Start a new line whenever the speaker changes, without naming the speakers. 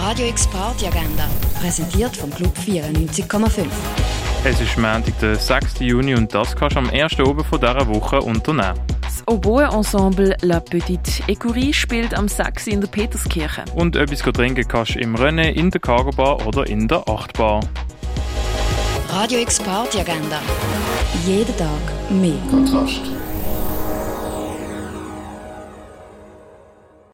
Radio X Party Agenda, präsentiert vom Club 94,5.
Es ist Montag, der 6. Juni und das kannst du am ersten Oben von dieser Woche unternehmen.
Das Oboe-Ensemble La Petite Écurie spielt am 6. in der Peterskirche.
Und etwas trinken kannst du im Rennen, in der Cargo Bar oder in der Achtbar.
Radio X Party Agenda. Jeden Tag mehr.
Kontrast.